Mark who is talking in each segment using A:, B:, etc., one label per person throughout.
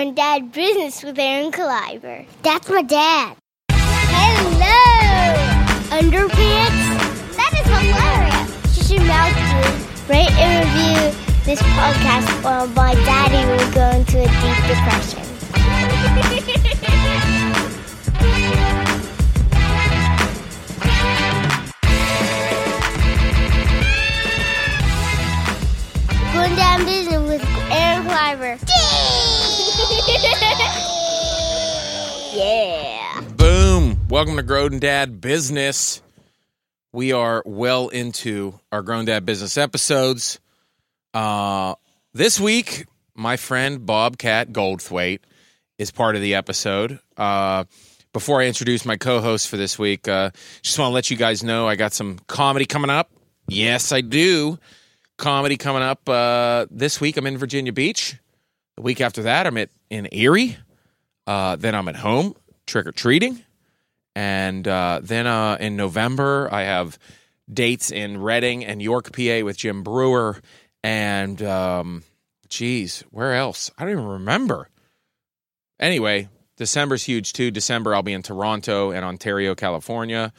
A: Granddad Business with Aaron Caliber. That's my dad. Hello! Underpants? That is hilarious! You should mouth to rate and review this podcast or my daddy will go into a deep depression. Going down business with Aaron Cliver. yeah.
B: Boom. Welcome to Grown Dad Business. We are well into our Grown Dad Business episodes. Uh, this week, my friend Bobcat Goldthwait is part of the episode. Uh, before I introduce my co host for this week, uh, just want to let you guys know I got some comedy coming up. Yes, I do. Comedy coming up uh, this week. I'm in Virginia Beach. The week after that, I'm at in Erie. Uh, then I'm at home trick or treating, and uh, then uh, in November I have dates in Reading and York, PA, with Jim Brewer. And um, geez, where else? I don't even remember. Anyway, December's huge too. December I'll be in Toronto and Ontario, California,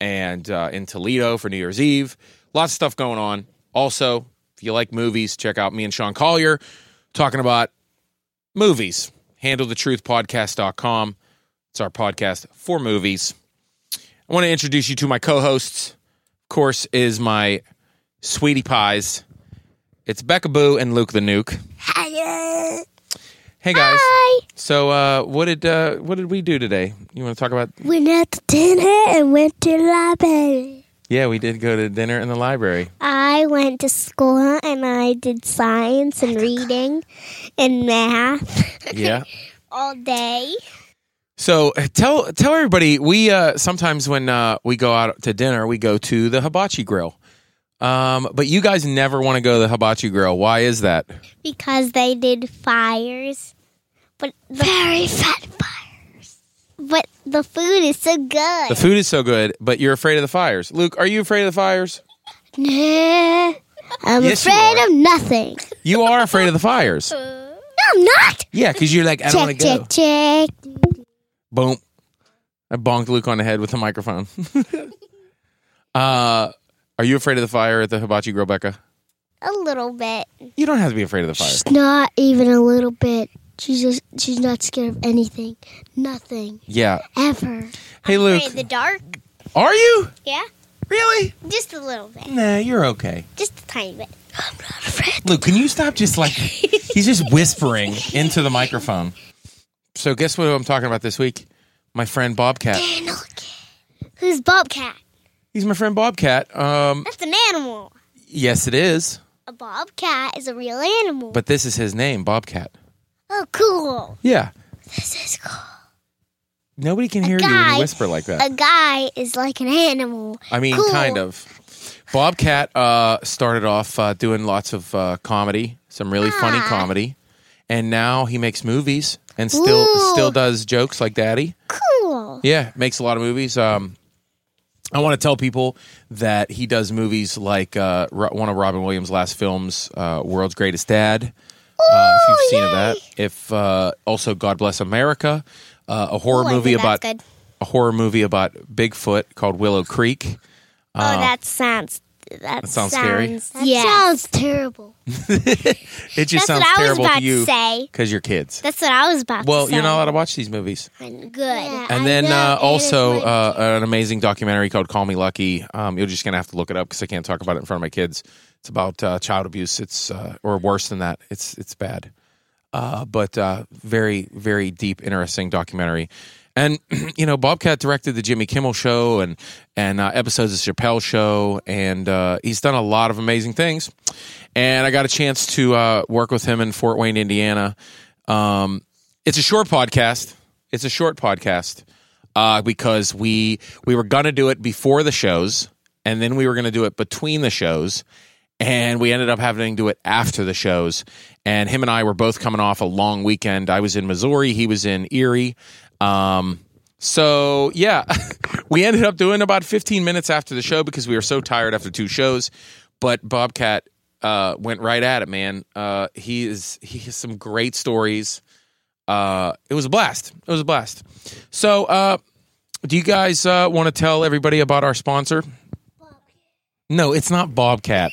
B: and uh, in Toledo for New Year's Eve. Lots of stuff going on. Also, if you like movies, check out me and Sean Collier talking about movies. HandleTheTruthPodcast.com. It's our podcast for movies. I want to introduce you to my co-hosts. Of course, is my sweetie pies. It's Becca Boo and Luke the Nuke.
A: Hi.
B: Hey guys. So, uh, what did uh, what did we do today? You want to talk about?
A: Went out to dinner and went to the library.
B: Yeah, we did go to dinner in the library.
A: I went to school and I did science and reading and math
B: Yeah.
A: all day.
B: So uh, tell tell everybody we uh, sometimes when uh, we go out to dinner we go to the Hibachi Grill, um, but you guys never want to go to the Hibachi Grill. Why is that?
A: because they did fires. But the, very fat fires. But the food is so good.
B: The food is so good, but you're afraid of the fires. Luke, are you afraid of the fires?
A: nah, I'm
B: Yes, you
A: afraid
B: are.
A: of nothing.
B: You are afraid of the fires.
A: No, I'm not.
B: Yeah, because you're like, I don't want
A: Check,
B: to go.
A: check, check.
B: Boom. I bonked Luke on the head with the microphone. uh, are you afraid of the fire at the Hibachi Grill, Becca?
A: A little bit.
B: You don't have to be afraid of the fire.
C: She's not even a little bit. She's just she's not scared of anything. Nothing.
B: Yeah.
C: Ever.
B: Hey, Luke.
A: the dark.
B: Are you?
A: Yeah,
B: Really?
A: just a little bit,
B: Nah, you're okay.
A: just a tiny bit.
B: Luke, can you stop just like, he's just whispering into the microphone. So, guess what I'm talking about this week? My friend Bobcat.
A: Who's Bobcat?
B: He's my friend Bobcat. Um,
A: That's an animal.
B: yes, it is.
A: A bobcat is a real animal.
B: But this is his name, Bobcat.
A: oh, cool.
B: Yeah.
A: This is cool.
B: Nobody can hear you when
A: guy-
B: you whisper like that.
A: A guy is like an animal.
B: I mean,
A: cool.
B: kind of. Bobcat uh, started off uh, doing lots of uh, comedy, some really funny
A: Ah.
B: comedy, and now he makes movies and still
A: Ooh.
B: still does jokes like Daddy.
A: Cool.
B: Yeah, makes a lot of movies. Um, I want to tell people that he does movies like uh, Ro- one of Robin Williams' last films, uh, World's Greatest Dad. Uh, if
A: Oh,
B: you've seen that, if uh, also God Bless America, uh, a horror
A: Ooh, I
B: movie
A: think
B: about
A: that's good.
B: a horror movie about Bigfoot called Willow Creek.
A: oh, that sounds. That,
B: uh, sounds scary.
C: That
A: yeah,
C: sounds terrible.
B: It
A: that's
B: just sounds
A: what I was
B: terrible
A: about
B: to you
A: to say.
B: because you're kids.
A: That's what I was about
B: Well,
A: to say.
B: you're not allowed to watch these movies.
A: Good.
B: And
C: I
B: then
C: know,
B: uh,
C: it is
B: also
C: my-
B: uh, an amazing documentary called "Call Me Lucky." Um, you're just gonna have to look it up because I can't talk about it in front of my kids. It's about uh, child abuse. It's uh, or worse than that. It's it's bad. Uh, but uh, very very deep, interesting documentary. And you know, Bobcat directed the Jimmy Kimmel Show and and uh, episodes of Chappelle Show, and uh, he's done a lot of amazing things. And I got a chance to uh, work with him in Fort Wayne, Indiana. Um, it's a short podcast. It's a short podcast uh, because we we were gonna do it before the shows, and then we were gonna do it between the shows, and we ended up having to do it after the shows. And him and I were both coming off a long weekend. I was in Missouri, he was in Erie. Um, so yeah, we ended up doing about 15 minutes after the show because we were so tired after two shows. But Bobcat uh, went right at it, man. Uh, he is he has some great stories. uh, it was a blast. It was a blast. So, uh, do you guys uh, want to tell everybody about our sponsor? No, it's not Bobcat.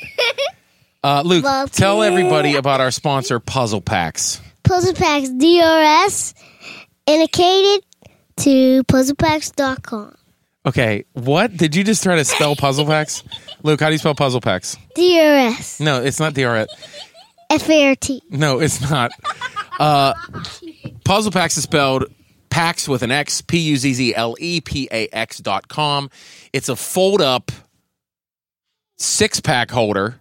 B: Uh, Luke,
C: Bobcat.
B: tell everybody about our sponsor, Puzzle Packs.
C: Puzzle Packs DRS indicated to puzzlepacks.com.
B: Okay, what did you just try to spell Puzzle Packs? Luke, how do you spell Puzzle Packs?
C: DRS
B: No, it's not DRS.
C: FART.
B: No, it's not. Uh, Puzzle Packs is spelled Packs with an X, P U Z Z L E P A X dot com. It's a fold up six pack holder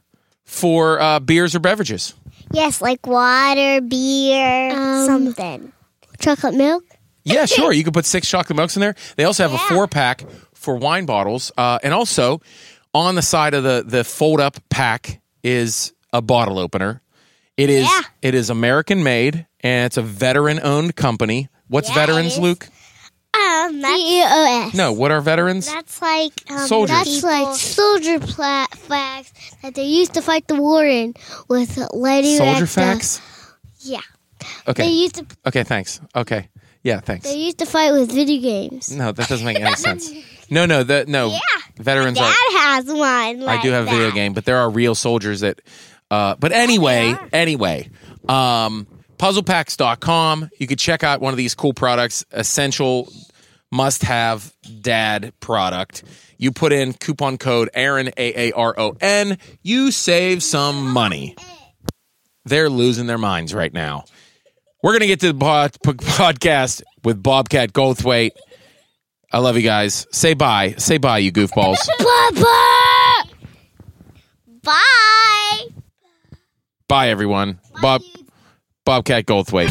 B: for uh, beers or beverages.
A: Yes, like water, beer,
C: Um,
A: something.
C: Chocolate milk.
B: Yeah, sure. You can put six chocolate milks in there. They also have a
A: Yeah.
B: four pack for wine bottles. Uh, and also on the side of the, the fold up pack is a bottle opener. It is
A: Yeah.
B: it is American made and it's a veteran owned company. What's
A: Yeah, it
B: veterans,
A: is.
B: Luke?
A: Um, that's,
C: E DOS.
B: No, what are veterans?
A: that's like um,
B: Soldiers.
C: That's like soldier pla- flags that they used to fight the war in with lighting
B: Soldier
C: at the-
B: facts?
C: Yeah. They
B: Okay.
C: used to
B: Okay, thanks. Okay. Yeah, thanks.
C: they used to fight with video games.
B: No, that doesn't make any sense. No, no, that no.
A: Yeah.
B: Veterans are
A: Dad has one.
B: I do
A: like
B: have a video
A: that. Oh,
B: game, but there are real soldiers that. Uh, but anyway, anyway, um, puzzlepacks.com. You could check out one of these cool products, essential must have dad product. You put in coupon code Aaron, A A R O N, you save some money. They're losing their minds right now. We're going to get to the pod- p- podcast with Bobcat Goldthwait. I love you guys. Say bye. Say bye, you goofballs.
A: Bye-bye. Bye.
B: Bye, everyone. Bob, Bobcat Goldthwait.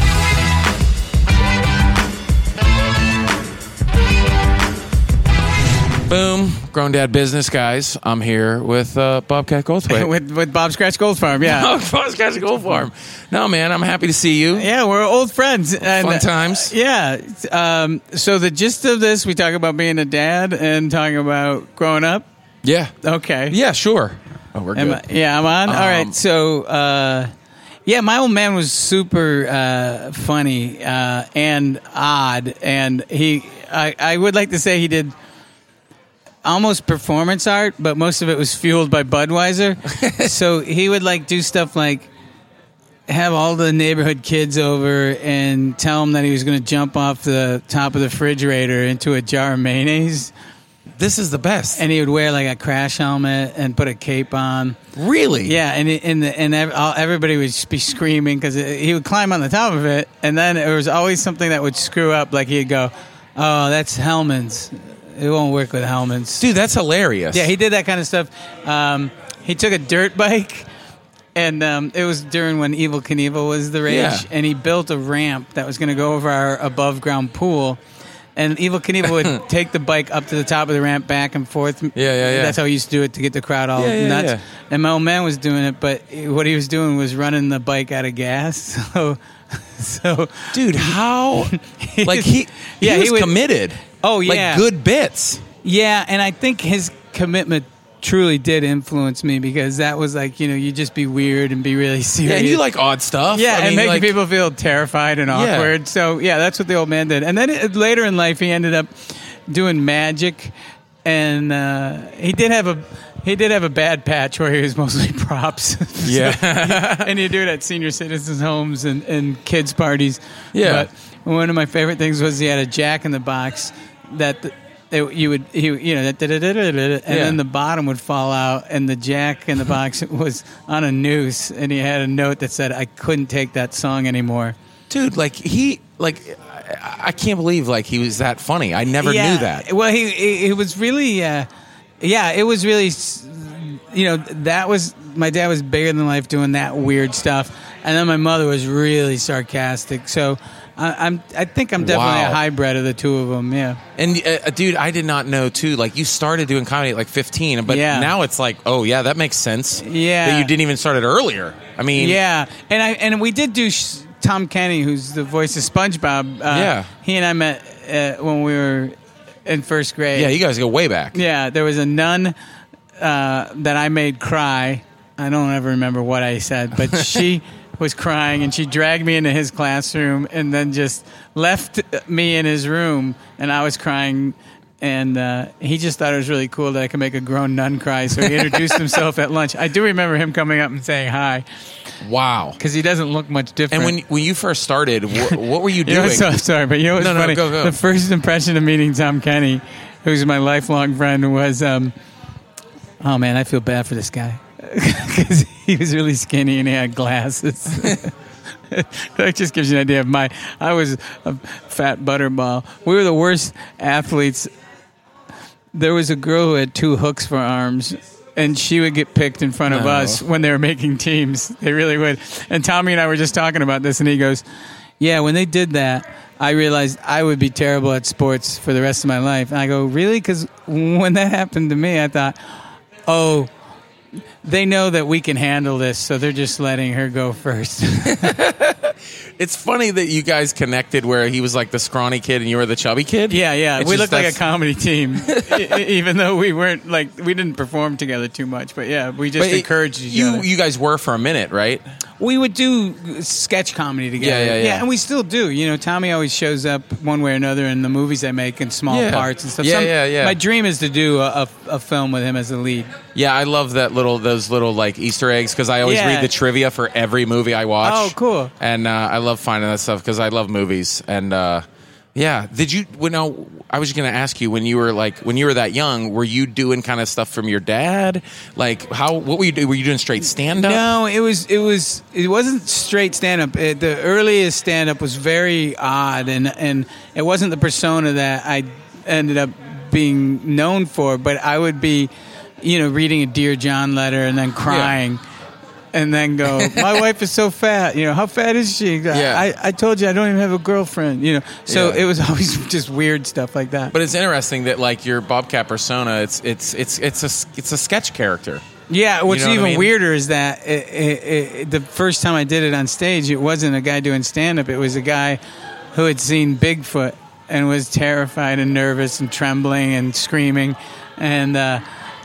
B: Boom, grown dad business guys. I'm here with uh, Bobcat Goldthwait.
D: with with Bob Scratch Gold Farm. Yeah,
B: oh, Bobcat Goldfarm. No, man, I'm happy to see you.
D: yeah, we're old friends. And, uh,
B: Fun times.
D: Yeah. Um, so the gist of this, we talk about being a dad and talking about growing up.
B: Yeah,
D: Okay.
B: yeah, sure. Oh, we're
D: Am
B: good.
D: I- yeah, I'm on. All
B: Um,
D: right. So, uh, yeah, my old man was super uh, funny uh, and odd, and he. I, I would like to say he did almost performance art, but most of it was fueled by Budweiser. so he would like do stuff like have all the neighborhood kids over and tell them that he was going to jump off the top of the refrigerator into a jar of mayonnaise,
B: this is the best.
D: and he would wear like a crash helmet and put a cape on.
B: really?
D: Yeah, and it- and the, and ev- all- everybody would just be screaming because he would climb on the top of it, and then there was always something that would screw up. Like he'd go, "Oh, that's Hellman's. It won't work with Hellman's."
B: Dude, that's hilarious.
D: Yeah, he did that kind of stuff. Um, he took a dirt bike, and um, it was during when Evil Knievel was the rage,
B: Yeah.
D: and he built a ramp that was going to go over our above ground pool. And Evil Knievel would take the bike up to the top of the ramp, back and forth. Yeah,
B: yeah, yeah.
D: That's how he used to do it to get the crowd all
B: Yeah, yeah,
D: nuts.
B: yeah.
D: And my old man was doing it, but what he was doing was running the bike out of gas. So, so
B: Dude, how? like, he, he
D: Yeah, he
B: was
D: would-
B: committed.
D: Oh,
B: Like,
D: yeah.
B: good bits.
D: Yeah, and I think his commitment truly did influence me because that was like, you know, you just be weird and be really serious.
B: Yeah, and you like odd stuff.
D: Yeah,
B: I
D: and
B: mean,
D: making
B: like-
D: people feel terrified and
B: Yeah.
D: awkward. So yeah, that's what the old man did. And then it, later in life, he ended up doing magic, and uh, he did have a he did have a bad patch where he was mostly props. So-
B: Yeah.
D: and you do it at senior citizens' homes and, and kids' parties.
B: Yeah.
D: But one of my favorite things was he had a Jack in the Box that the, they, you would he, you know that da- da- da- da- da- and
B: Yeah.
D: then the bottom would fall out, and the Jack in the Box was on a noose, and he had a note that said, "I couldn't take that song anymore."
B: dude like he like I, I can't believe like he was that funny i never knew that
D: Well, he he, he was really, uh, yeah, it was really, s- you know, that was my dad was bigger than life doing that weird stuff, and then my mother was really sarcastic. So I, I'm, I think I'm definitely
B: Wow.
D: a hybrid of the two of them. Yeah,
B: and uh, dude i did not know too like you started doing comedy at like 15 but
D: Yeah.
B: now it's like oh yeah that makes sense
D: Yeah.
B: that you didn't even start it earlier i mean
D: yeah, and I and we did do sh- Tom Kenny, who's the voice of SpongeBob. Uh,
B: Yeah.
D: he and I met uh, when we were in first grade.
B: yeah you guys go way back
D: Yeah, there was a nun uh, that I made cry. I don't ever remember what I said, but she was crying, and she dragged me into his classroom, and then just left me in his room, and I was crying. And uh, he just thought it was really cool that I could make a grown nun cry, so he introduced himself at lunch. I do remember him coming up and saying hi
B: Wow.
D: because he doesn't look much different.
B: And when when you first started, wh- what were you
D: You know,
B: doing?
D: so, I'm sorry, but you know what's
B: No, no,
D: funny?
B: go, go.
D: The first impression of meeting Tom Kenny, who's my lifelong friend, was, um, oh man, I feel bad for this guy because he was really skinny and he had glasses. that just gives you an idea of my. I was a fat butterball. We were the worst athletes. There was a girl who had two hooks for arms. And she would get picked in front of
B: No.
D: us when they were making teams. They really would. And Tommy and I were just talking about this, and he goes, yeah, when they did that, I realized I would be terrible at sports for the rest of my life. And I go, really? Because when that happened to me, I thought, oh, they know that we can handle this, so they're just letting her go first.
B: it's funny that you guys connected where he was like the scrawny kid and you were the chubby kid.
D: yeah, yeah.
B: It's
D: we
B: just
D: looked like a
B: that's-
D: comedy team, e- e- even though we weren't like we didn't perform together too much. But yeah, we just
B: But it-
D: encouraged each
B: you.
D: other.
B: You guys were for a minute, right?
D: we would do sketch comedy together.
B: Yeah, yeah, yeah.
D: and we still do. You know, Tommy always shows up one way or another in the movies I make in small
B: Yeah.
D: parts and stuff.
B: Yeah, yeah, yeah.
D: My dream is to do a, a, a film with him as a lead.
B: Yeah, I love that little those little like Easter eggs because I always
D: Yeah.
B: read the trivia for every movie I watch.
D: Oh, cool.
B: And uh, I love finding that stuff because I love movies. And uh, yeah, did you? When I, I was going to ask you when you were like when you were that young, were you doing kind of stuff from your dad? Like how? What were you doing? Were you doing straight stand up?
D: No, it was it was it wasn't straight stand up. The earliest stand up was very odd, and and it wasn't the persona that I ended up being known for. But I would be, you know, reading a Dear John letter and then crying. And then go. My wife is so fat. You know how fat is she?
B: Yeah.
D: I, I told you I don't even have a girlfriend. You know, so
B: Yeah.
D: it was always just weird stuff like that.
B: But it's interesting that like your Bobcat persona, it's it's it's it's a it's a sketch character.
D: Yeah, what's
B: know what I
D: even
B: mean?
D: weirder is that it, it, it, the first time I did it on stage, it wasn't a guy doing stand up. It was a guy who had seen Bigfoot and was terrified and nervous and trembling and screaming. And uh,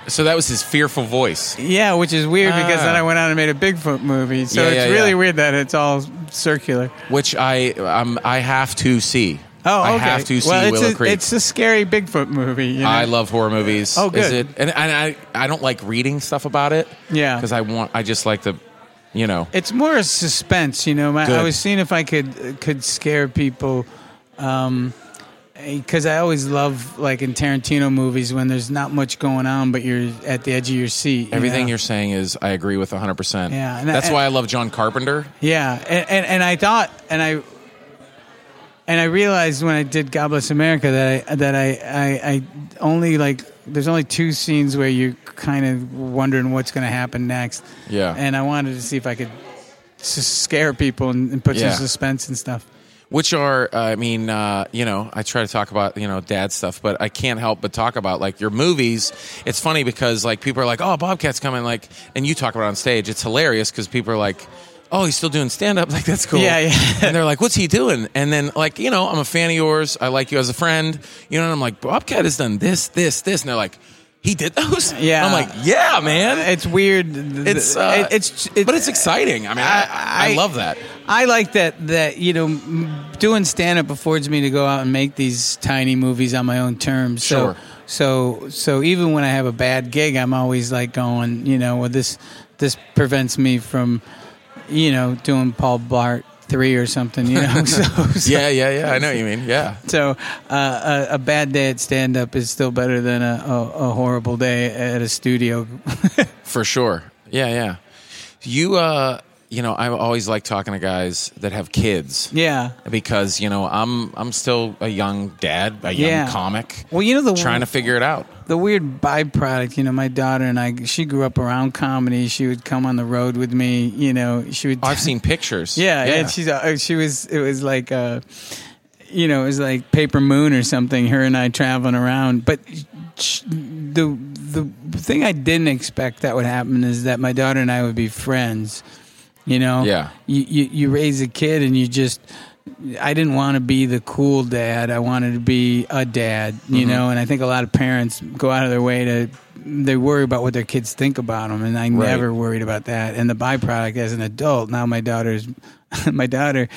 B: So that was his fearful voice.
D: yeah, which is weird because
B: Ah.
D: then I went on and made a Bigfoot movie. So
B: Yeah,
D: it's
B: yeah,
D: really
B: yeah.
D: weird that it's all circular.
B: which I um, I have to see.
D: Oh, okay.
B: I have to see
D: well, it's
B: Willow
D: a,
B: Creek.
D: It's a scary Bigfoot movie. You know?
B: I love horror movies.
D: Oh, good.
B: Is it, and, and I I don't like reading stuff about it.
D: Yeah.
B: because I want I just like the, you know.
D: It's more a suspense, you know. My,
B: Good.
D: I was seeing if I could could scare people, because I always love like in Tarantino movies when there's not much going on, but you're at the edge of your seat. you
B: Everything
D: know?
B: you're saying is I agree with 100. percent
D: Yeah, and I-
B: that's why I love John Carpenter.
D: yeah, and, and and I thought, and I. And I realized when I did God Bless America that I, that I, I, I only like there's only two scenes where you're kind of wondering what's going to happen next.
B: Yeah.
D: And I wanted to see if I could s- scare people and, and put
B: Yeah.
D: some suspense and stuff.
B: which are uh, i mean uh, you know i try to talk about you know dad stuff but i can't help but talk about like your movies it's funny because like people are like oh bobcat's coming like and you talk about it on stage it's hilarious because people are like oh he's still doing stand-up like that's cool
D: Yeah, yeah.
B: and they're like what's he doing and then like you know i'm a fan of yours i like you as a friend you know and i'm like bobcat has done this this this and they're like he did those
D: Yeah.
B: i'm like yeah man
D: It's weird.
B: it's
D: It's
B: uh,
D: it's,
B: but it's exciting i mean I, I,
D: I-
B: love that
D: I like that that you know m- doing stand up affords me to go out and make these tiny movies on my own terms. So
B: Sure.
D: so so even when I have a bad gig, I'm always like going, you know, well this this prevents me from you know doing Paul Bart three or something, you know. so, so
B: yeah yeah yeah i know what you mean yeah
D: so uh, a, a bad day at stand up is still better than a, a, a horrible day at a studio.
B: For sure. Yeah, yeah. You uh you know, I always like talking to guys that have kids.
D: yeah.
B: Because, you know, I'm I'm still a young dad, a young
D: Yeah.
B: comic.
D: Well, you know the
B: trying to figure it out.
D: the weird byproduct, you know, my daughter and I, she grew up around comedy. She would come on the road with me, you know, she would.
B: Oh, I've seen pictures.
D: yeah, and she's, uh, she was, it was like, uh, you know, it was like Paper Moon or something, her and I traveling around. But sh- the, the thing I didn't expect that would happen is that my daughter and I would be friends, you know?
B: Yeah.
D: You, you, you raise a kid and you just, I didn't want to be the cool
B: Mm-hmm.
D: dad. I wanted to be a dad, you know. And I think a lot of parents go out of their way to they worry about what their kids think about them, and I
B: Right.
D: never worried about that. And the byproduct as an adult, now my daughter's, my daughter,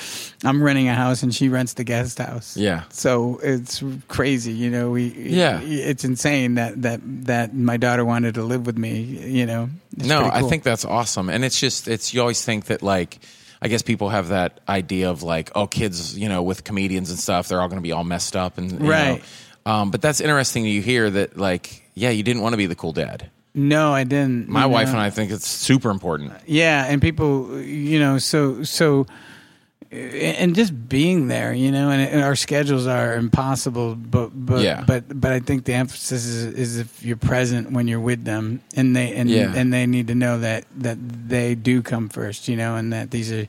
D: I'm renting a house and she rents the guest house.
B: Yeah.
D: So it's crazy, you know. We
B: Yeah.
D: it's insane that that that my daughter wanted to live with me. You know. It's
B: no,
D: pretty
B: I
D: cool.
B: think that's awesome. And it's just, it's, you always think that, like, I guess people have that idea of, like, oh, kids, you know, with comedians and stuff, they're all going to be all messed up. And, you know.
D: Right.
B: Um, but that's interesting to hear that, like, yeah, you didn't want to be the cool dad.
D: no, I didn't.
B: My
D: you
B: wife
D: know.
B: and I think it's super important.
D: yeah and people you know so so and just being there you know and, and our schedules are impossible but but
B: Yeah.
D: but but i think the emphasis is, is if you're present when you're with them and they and
B: Yeah.
D: and they need to know that that they do come first you know and that these are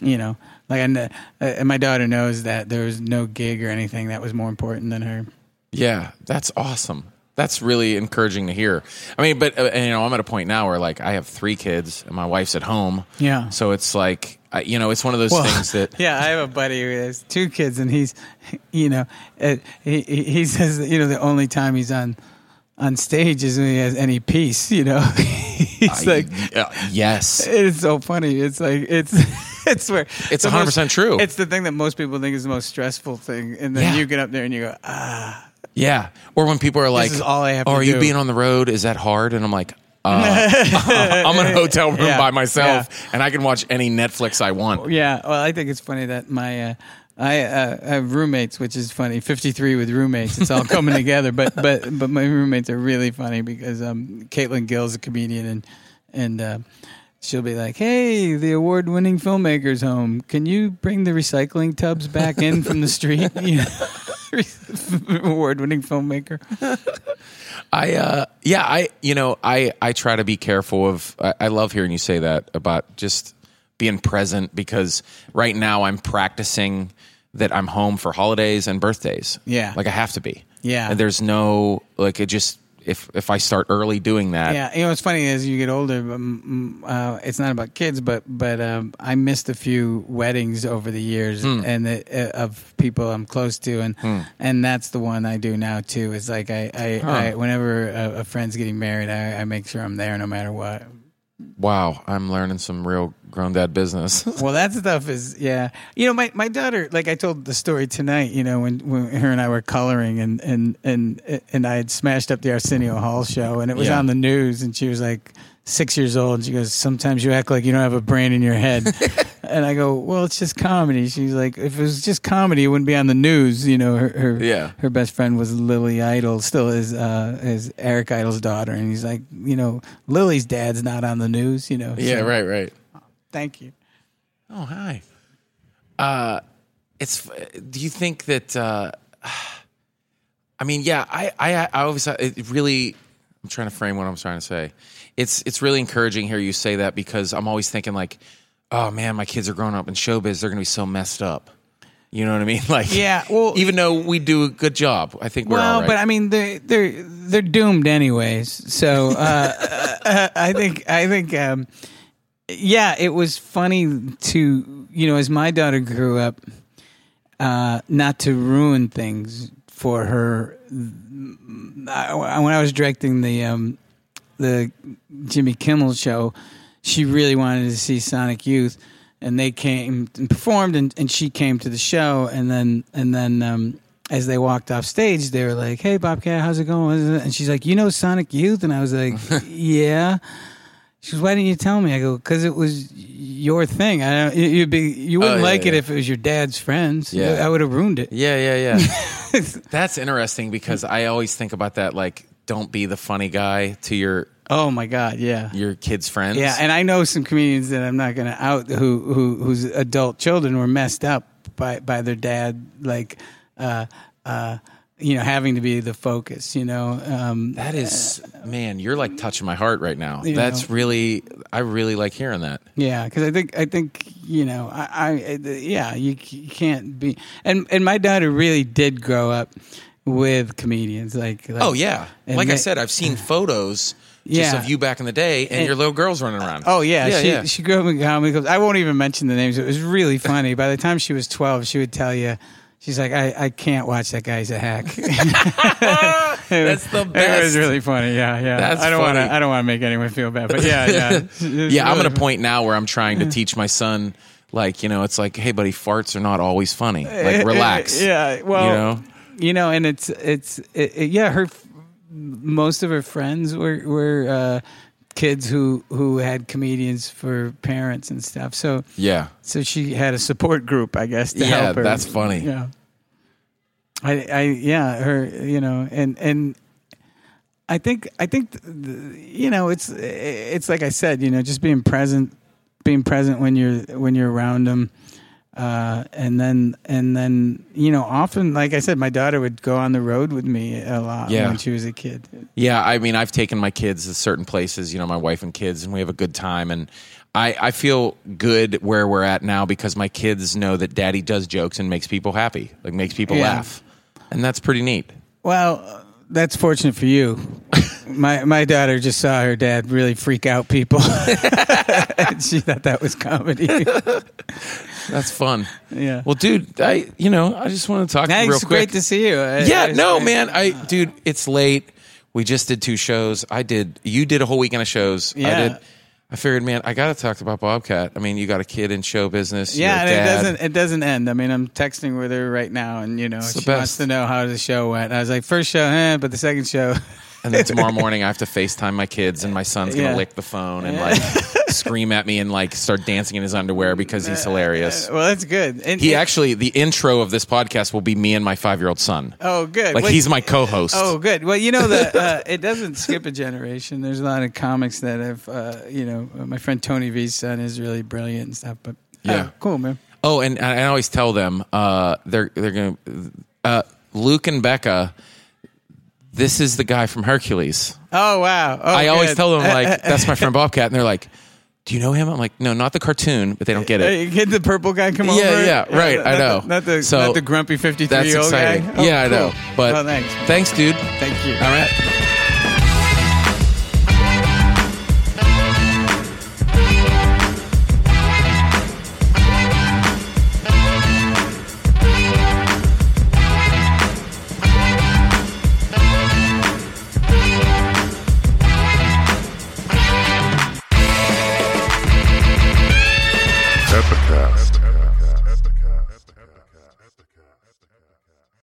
D: you know like I kn- uh, my daughter knows that there was no gig or anything that was more important than her
B: Yeah, that's awesome. That's really encouraging to hear. I mean, but uh, and, you know, I'm at a point now where like I have three kids and my wife's at home.
D: Yeah.
B: So it's like I, you know, it's one of those things that
D: yeah, I have a buddy who has two kids, and he's, you know, uh, he he he says that, you know the only time he's on on stage is when he has any peace. You know, he's like.
B: uh, yes.
D: It's so funny. It's like it's it's where
B: It's
D: the most-
B: 100% true.
D: It's the thing that most people think is the most stressful thing, and then
B: Yeah.
D: you get up there and you go, ah,
B: Yeah. Or when people are like
D: is all I have
B: oh,
D: to
B: are you
D: do."
B: being on the road is that hard? And I'm like uh, I'm in a hotel room
D: Yeah,
B: by myself and I can watch any Netflix I want.
D: Oh, Yeah, well, I think it's funny that my uh, I, uh, I have roommates, which is funny. Fifty three with roommates, it's all coming together. But but but my roommates are really funny because um, Caitlin Gill's a comedian and and. Uh, She'll be like, "Hey, the award-winning filmmaker's home. Can you bring the recycling tubs back in from the street?" You know, award-winning filmmaker.
B: I uh yeah, I you know, I I try to be careful of I, I love hearing you say that about just being present because right now I'm practicing that I'm home for holidays and birthdays.
D: Yeah.
B: Like I have to be.
D: Yeah.
B: And there's no like it just if if I start early doing that.
D: Yeah, you know what's funny as you get older, um, uh, it's not about kids, but but um, I missed a few weddings over the years, and the, uh, of people I'm close to, and and that's the one I do now too. Is like I, I, I whenever a, a friend's getting married, I, I make sure I'm there no matter what.
B: Wow, I'm learning some real grown dad business.
D: Well, that stuff is yeah. You know, my, my daughter, like I told the story tonight. You know, when, when her and I were coloring, and and and and I had smashed up the Arsenio Hall show, and it was
B: Yeah.
D: on the news, and she was like six years old. And she goes, "Sometimes you act like you don't have a brain in your head." and I go, "Well, it's just comedy." She's like, "If it was just comedy, it wouldn't be on the news." You know, her her
B: Yeah.
D: her best friend was Lily Idol, still is uh, is Eric Idol's daughter, and he's like, you know, Lily's dad's not on the news. You know, So,
B: right, right.
D: Thank you.
B: Oh, hi. Uh, it's. Do you think that? Uh, I mean, yeah. I, I, I always. uh, It really. I'm trying to frame what I'm trying to say. It's, it's really encouraging to hear you say that because I'm always thinking like, oh man, my kids are growing up in showbiz. They're gonna be so messed up. You know what I mean? Like,
D: Yeah, well-
B: even though we do a good job, I think we're
D: Well,
B: all right.
D: but I mean, they're they're they're doomed anyways. So uh, uh, I think I think um, yeah, it was funny to you know as my daughter grew up, uh, not to ruin things for her. I, when I was directing the um, the Jimmy Kimmel show, she really wanted to see Sonic Youth, and they came and performed, and, and she came to the show, and then and then um, as they walked off stage, they were like, "Hey, Bobcat, how's it going?" And she's like, "You know Sonic Youth?" And I was like, "Yeah." She goes, "Why didn't you tell me?" I go, "Cause it was your thing. I don't, you- you'd be you wouldn't
B: Oh, yeah,
D: like it
B: yeah.
D: if it was your dad's friends.
B: Yeah.
D: I would have ruined it."
B: Yeah, yeah, yeah. That's interesting because I always think about that. Like, don't be the funny guy to your
D: Oh my god, yeah.
B: your kids' friends.
D: Yeah, and I know some comedians that I'm not going to out who who whose adult children were messed up by by their dad, like uh, uh, you know, having to be the focus. You know, um,
B: that is, man, you're like touching my heart right now.
D: You
B: That's
D: know.
B: really, I really like hearing that.
D: yeah, because I think I think you know, I, I I- yeah, you, c- you can't be, and and my daughter really did grow up with comedians, like, like
B: Oh yeah,
D: and
B: like I
D: they-
B: said, I've seen photos just
D: Yeah.
B: of you back in the day and, your little girls running around.
D: Oh yeah,
B: yeah,
D: she
B: yeah.
D: she grew up in comedy clubs. I won't even mention the names. It was really funny. By the time she was twelve, she would tell you, she's like, I, I can't watch that guy. He's a hack.
B: That's the
D: It
B: best.
D: was really funny. Yeah, yeah.
B: That's
D: I don't
B: funny.
D: to. I don't want to make anyone feel bad, but yeah, yeah. It's- it's
B: yeah, I'm
D: really
B: at a point now where I'm trying to teach my son, like, you know, it's like, hey, buddy, farts are not always funny. Like, relax.
D: Yeah. Well,
B: You
D: you
B: know?
D: know, and it's it's it, it- yeah. Her f- most of her friends were were uh, kids who who had comedians for parents and stuff. So
B: Yeah.
D: so she had a support group, I guess. To
B: Yeah,
D: help her.
B: that's funny.
D: Yeah. I I yeah her you know and and. I think I think th- th- you know it's it's like I said you know just being present being present when you're when you're around them uh, and then and then you know often like i said my daughter would go on the road with me a lot
B: Yeah.
D: when she was a kid
B: Yeah, I mean, I've taken my kids to certain places, you know, my wife and kids, and we have a good time. And I, I feel good where we're at now because my kids know that daddy does jokes and makes people happy, like makes people
D: Yeah.
B: laugh. And that's pretty neat.
D: well that's fortunate for you my my daughter just saw her dad really freak out people and she thought that was comedy
B: That's fun.
D: yeah
B: Well, dude, I, you know, I just want to talk to you
D: Thanks,
B: real quick.
D: great to see you Uh, I-
B: yeah,
D: I-
B: no,
D: I-
B: man. I, dude, it's late. We just did two shows. I did. You did a whole weekend of shows. I
D: Yeah.
B: did. I figured, man, I got to talk about Bobcat. I mean, you got a kid in show business.
D: yeah,
B: you're
D: and
B: a
D: it
B: dad.
D: doesn't it doesn't end. I mean, I'm texting with her right now, and you know
B: the
D: she
B: best.
D: wants to know how the show went. I was like, first show, eh, but the second show,
B: And then tomorrow morning, I have to FaceTime my kids, and my son's gonna
D: Yeah.
B: lick the phone and
D: Yeah.
B: like scream at me and like start dancing in his underwear because he's hilarious.
D: well, that's good. And,
B: He
D: and-
B: actually, the intro of this podcast will be me and my five year old son.
D: oh good,
B: Like
D: Wait,
B: he's my co-host.
D: Oh, good. Well, you know the uh, it doesn't skip a generation. There's a lot of comics that have, uh, you know, my friend Tony V's son is really brilliant and stuff. But uh,
B: Yeah.
D: cool man.
B: Oh, and, and I always tell them uh, they're they're gonna uh, Luke and Becca. This is the guy from Hercules.
D: Oh wow. Oh,
B: I always
D: good.
B: tell them like that's my friend Bobcat, and they're like, "Do you know him?" I'm like, "No, not the cartoon," but they don't get
D: Hey,
B: it.
D: you get the purple guy come
B: Yeah,
D: over.
B: yeah, right, I know.
D: Not the, not the,
B: So,
D: not the grumpy fifty three
B: That's
D: year old guy.
B: exciting.
D: Oh,
B: yeah, I know.
D: cool.
B: But
D: oh, thanks,
B: thanks, dude.
D: thank you.
B: All right.